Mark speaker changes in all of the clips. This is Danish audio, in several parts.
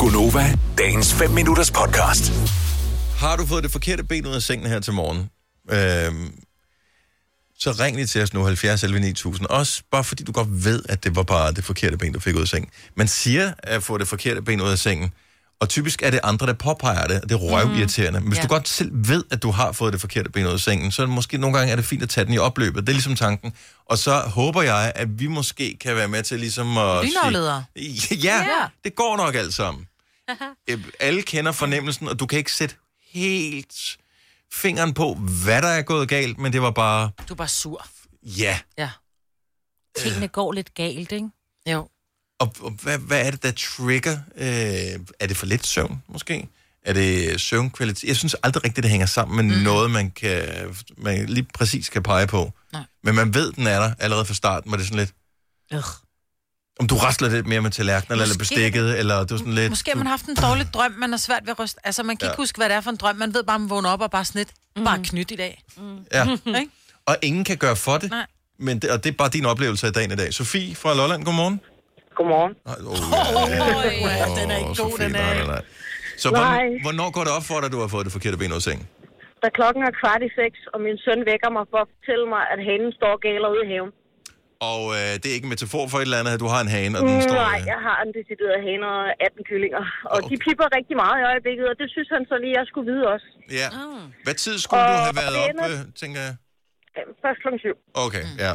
Speaker 1: Gunova, dagens 5 minutters podcast.
Speaker 2: Har du fået det forkerte ben ud af sengen her til morgen? Øhm, så ring lige til os nu, 70 11 9000. Også bare fordi du godt ved, at det var bare det forkerte ben, du fik ud af sengen. Man siger at få det forkerte ben ud af sengen, og typisk er det andre, der påpeger det, og det er røvirriterende. Men hvis
Speaker 3: Ja.
Speaker 2: du godt selv ved, at du har fået det forkerte ben ud af sengen, så er det måske nogle gange er det fint at tage den i opløbet. Det er ligesom tanken. Og så håber jeg, at vi måske kan være med til ligesom at... sige-
Speaker 3: Lynafledere.
Speaker 2: Ja,
Speaker 3: Ja.
Speaker 2: det går nok alt sammen. Øh, Alle kender fornemmelsen, og du kan ikke sætte helt fingeren på, hvad der er gået galt, men det var bare,
Speaker 3: Du er bare sur.
Speaker 2: ja.
Speaker 3: Ja.
Speaker 4: tingene går lidt galt, ikke?
Speaker 3: Jo.
Speaker 2: Og, og hvad, hvad er det, der trigger? Øh, er det for lidt søvn, måske? Er det søvnkvalitet? Jeg synes aldrig rigtigt, det hænger sammen med
Speaker 3: Mhm.
Speaker 2: mm. noget, man, kan, man lige præcis kan pege på.
Speaker 3: Nej.
Speaker 2: Men man ved, den er der allerede fra starten, hvor det er sådan lidt,
Speaker 4: Ugh.
Speaker 2: om du rasler lidt mere med tallerkenen, eller, eller
Speaker 3: Måske-
Speaker 2: bestikket, eller du er sådan lidt...
Speaker 3: Måske har man har haft en dårlig drøm, man har svært ved at ryste. Altså, man kan
Speaker 2: Ja.
Speaker 3: ja. ikke huske, hvad det er for en drøm. Man ved bare, at man vågner op og bare sådan lidt, mm. bare knyt i dag.
Speaker 2: Ja.
Speaker 3: Ikke?
Speaker 2: Og ingen kan gøre for det.
Speaker 3: Nej.
Speaker 2: Men det, og det er bare din oplevelse af dagen i dag. Sofie fra Lolland, godmorgen.
Speaker 5: Godmorgen.
Speaker 2: Ej, Oh, ja, ja.
Speaker 3: Oh, den er ikke god, den er.
Speaker 2: nej, nej. Så
Speaker 5: Nej.
Speaker 2: hvornår, hvornår går det op for dig, du har fået det forkerte ben ud af sengen?
Speaker 5: Da klokken er kvart i seks, og min søn vækker mig for at fortælle mig, at hanen står og galer ude i haven.
Speaker 2: Og øh, det er ikke en metafor for et eller andet, at du har en hane, og den står...
Speaker 5: Nej,
Speaker 2: øh,
Speaker 5: jeg har en decideret hane og 18 kyllinger. Og
Speaker 2: Okay.
Speaker 5: de pipper rigtig meget i øjeblikket, og det synes han så lige, jeg skulle vide også.
Speaker 2: Ja.
Speaker 3: Ah.
Speaker 2: Hvad tid skulle du
Speaker 5: Og
Speaker 2: have været
Speaker 5: det
Speaker 2: op,
Speaker 5: ender-
Speaker 2: øh, tænker jeg?
Speaker 5: Øhm, Først klokken syv.
Speaker 2: Okay, ja.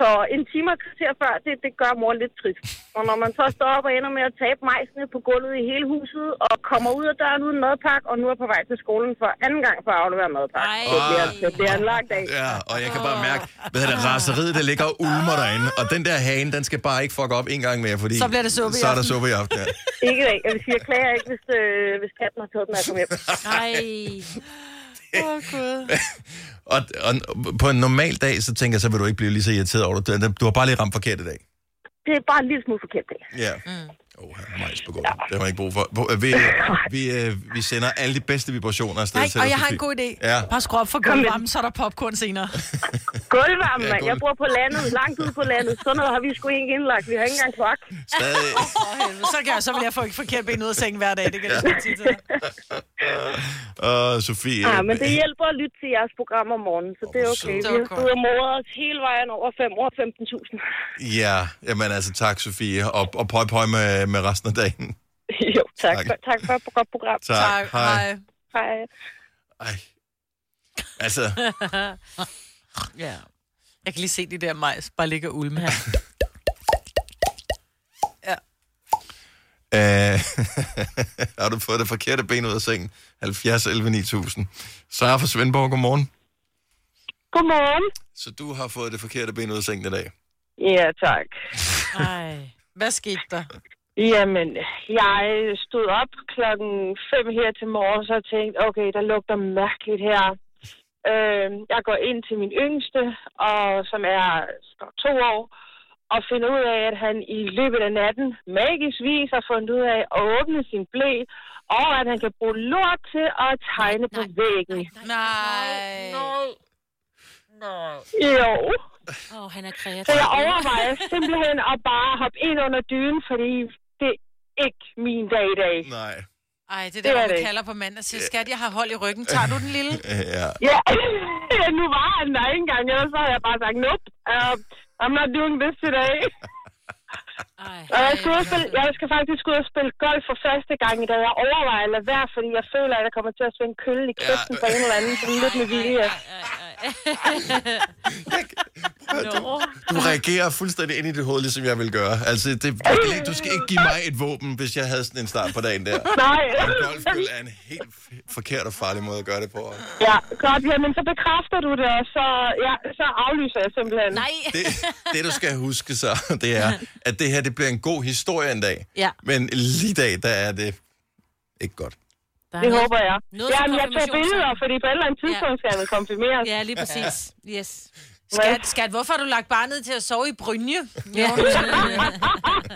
Speaker 5: Så en time og kvarter før, det, det gør mor lidt trist. Og når man så står op og ender med at tabe mejsene på gulvet i hele huset, og kommer ud af døren uden madpakke, og nu er på vej til skolen for anden gang for at aflevere madpakke.
Speaker 4: Ej.
Speaker 5: Det bliver, det bliver
Speaker 2: Ah.
Speaker 5: en lang dag.
Speaker 2: Ja, og jeg kan
Speaker 3: Ah.
Speaker 2: bare mærke, hvad hedder det, raseriet, der ligger og ulmer derinde, og den der hane, den skal bare ikke fuck op en gang mere, fordi...
Speaker 3: Så bliver det suppe i
Speaker 2: Så er der
Speaker 3: aften.
Speaker 2: suppe i aften, ja.
Speaker 5: Ikke i dag. Jeg vil sige, jeg klager ikke, hvis, øh, hvis katten har taget den, når jeg kommer hjem.
Speaker 4: Nej.
Speaker 3: Åh, oh, Gud.
Speaker 2: Og, og på en normal dag, så tænker jeg, så vil du ikke blive lige så irriteret over det. Du, du har bare lige ramt forkert i dag.
Speaker 5: Det er bare en lille smule forkert dag.
Speaker 2: Ja.
Speaker 3: Mm.
Speaker 2: Åh, oh, han har majs på gulvet. Det har man ikke brug for. Hvor- øh, Vi, vi, øh, vi sender alle de bedste vibrationer afsted
Speaker 3: Nej,
Speaker 2: til
Speaker 3: og
Speaker 2: dig,
Speaker 3: jeg har en
Speaker 2: Sofie.
Speaker 3: god idé.
Speaker 2: Ja.
Speaker 3: Ja. Bare skru op for
Speaker 5: med
Speaker 3: gulvvarmen, så er der popcorn senere.
Speaker 5: Gulvvarme,
Speaker 2: Ja,
Speaker 5: mand. Jeg
Speaker 2: gulv.
Speaker 5: bor på landet, langt ude på landet. Sådan noget har vi sgu ikke indlagt. Vi har ikke engang kloak.
Speaker 2: Stadig.
Speaker 3: så, kan jeg, så vil jeg få et forkert ben ud af sengen hver dag. Det kan jeg ja. sige til dig.
Speaker 2: Og Sofie...
Speaker 5: Ja,
Speaker 2: øh,
Speaker 5: Ah, men det hjælper at lytte til jeres program om morgenen, så det er okay.
Speaker 3: Det
Speaker 5: Vi
Speaker 3: var
Speaker 5: har
Speaker 3: godt.
Speaker 5: stået og moret os hele vejen over 5 år 15.000.
Speaker 2: Ja, jamen altså tak, Sofie. Og, og pøj pøj med, med resten af dagen.
Speaker 5: jo, tak.
Speaker 2: Tak.
Speaker 5: Tak, tak for et godt program.
Speaker 2: Tak.
Speaker 3: Tak,
Speaker 2: Hej.
Speaker 3: hej.
Speaker 2: Ej.
Speaker 5: Hej.
Speaker 2: Altså,
Speaker 3: Ja. Jeg kan lige se de der majs, bare ligger og ulme her.
Speaker 2: øh, har du fået det forkerte ben ud af sengen? 70 11 9000. Sara fra Svendborg, godmorgen.
Speaker 5: Godmorgen.
Speaker 2: Så du har fået det forkerte ben ud af sengen i dag?
Speaker 5: Ja, tak.
Speaker 4: Nej.
Speaker 3: Hvad skete der?
Speaker 5: Jamen, jeg stod op klokken 5 her til morgen, så jeg tænkte, okay, der lugter mærkeligt her. Øh, jeg går ind til min yngste, og, som er snart to år, og finder ud af, at han i løbet af natten magisk vis har fundet ud af at åbne sin blæ, og at han kan bruge lort til at tegne på væggen.
Speaker 3: Nej.
Speaker 4: Nej. Nej.
Speaker 5: Jo,
Speaker 4: Åh, oh, han er
Speaker 5: så
Speaker 4: kreativ.
Speaker 5: jeg overvejer simpelthen at bare hoppe ind under dynen, fordi det er ikke min dag i dag.
Speaker 2: Nej.
Speaker 3: Ej, det er
Speaker 5: Det
Speaker 3: der,
Speaker 5: er
Speaker 3: hvor
Speaker 5: det
Speaker 3: man
Speaker 5: ikke.
Speaker 3: kalder på mand og siger, skat, jeg har hold i ryggen. Tager du den lille?
Speaker 2: Øh, Ja.
Speaker 5: Ja, ja, nu var han der ikke engang, ellers så havde jeg bare sagt, nope, uh, I'm not doing this today.
Speaker 4: Ej.
Speaker 5: Og jeg skal, ud og spille, jeg skal faktisk ud og spille golf for første gang i dag. Jeg overvejer at lade være, fordi jeg føler, at jeg kommer til at svinge kølle i kæften
Speaker 2: Ja.
Speaker 5: på en eller anden, sådan lidt med vilje.
Speaker 2: Du reagerer fuldstændig ind i dit hoved, ligesom jeg vil gøre. Altså, det, det, du skal ikke give mig et våben, hvis jeg havde sådan en start på dagen der.
Speaker 5: Nej.
Speaker 2: Golfkøl er en helt f- forkert og farlig måde at gøre det på.
Speaker 5: Ja, godt, jamen så bekræfter du det, og så, ja, så aflyser jeg simpelthen.
Speaker 4: Nej.
Speaker 2: Det, det, du skal huske så, det er, at det her det bliver en god historie en dag.
Speaker 4: Ja.
Speaker 2: Men lige i dag, der er det ikke godt.
Speaker 4: Der er
Speaker 5: Det
Speaker 4: noget-
Speaker 5: håber jeg.
Speaker 4: noget til
Speaker 5: Jamen, jeg tog
Speaker 4: konfirmation,
Speaker 5: billeder,
Speaker 4: så.
Speaker 5: fordi på et eller andet tidspunkt skal jeg vel konfirmeres.
Speaker 4: Ja, lige præcis. Yes.
Speaker 3: Skat, skat, hvorfor har du lagt barnet til at sove i Brynje?
Speaker 4: Ja.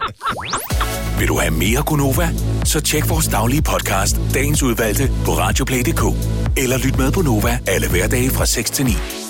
Speaker 1: Vil du have mere Gunova? Så tjek vores daglige podcast, dagens udvalgte, på radioplay.dk. Eller lyt med på Nova alle hverdage fra 6 til 9.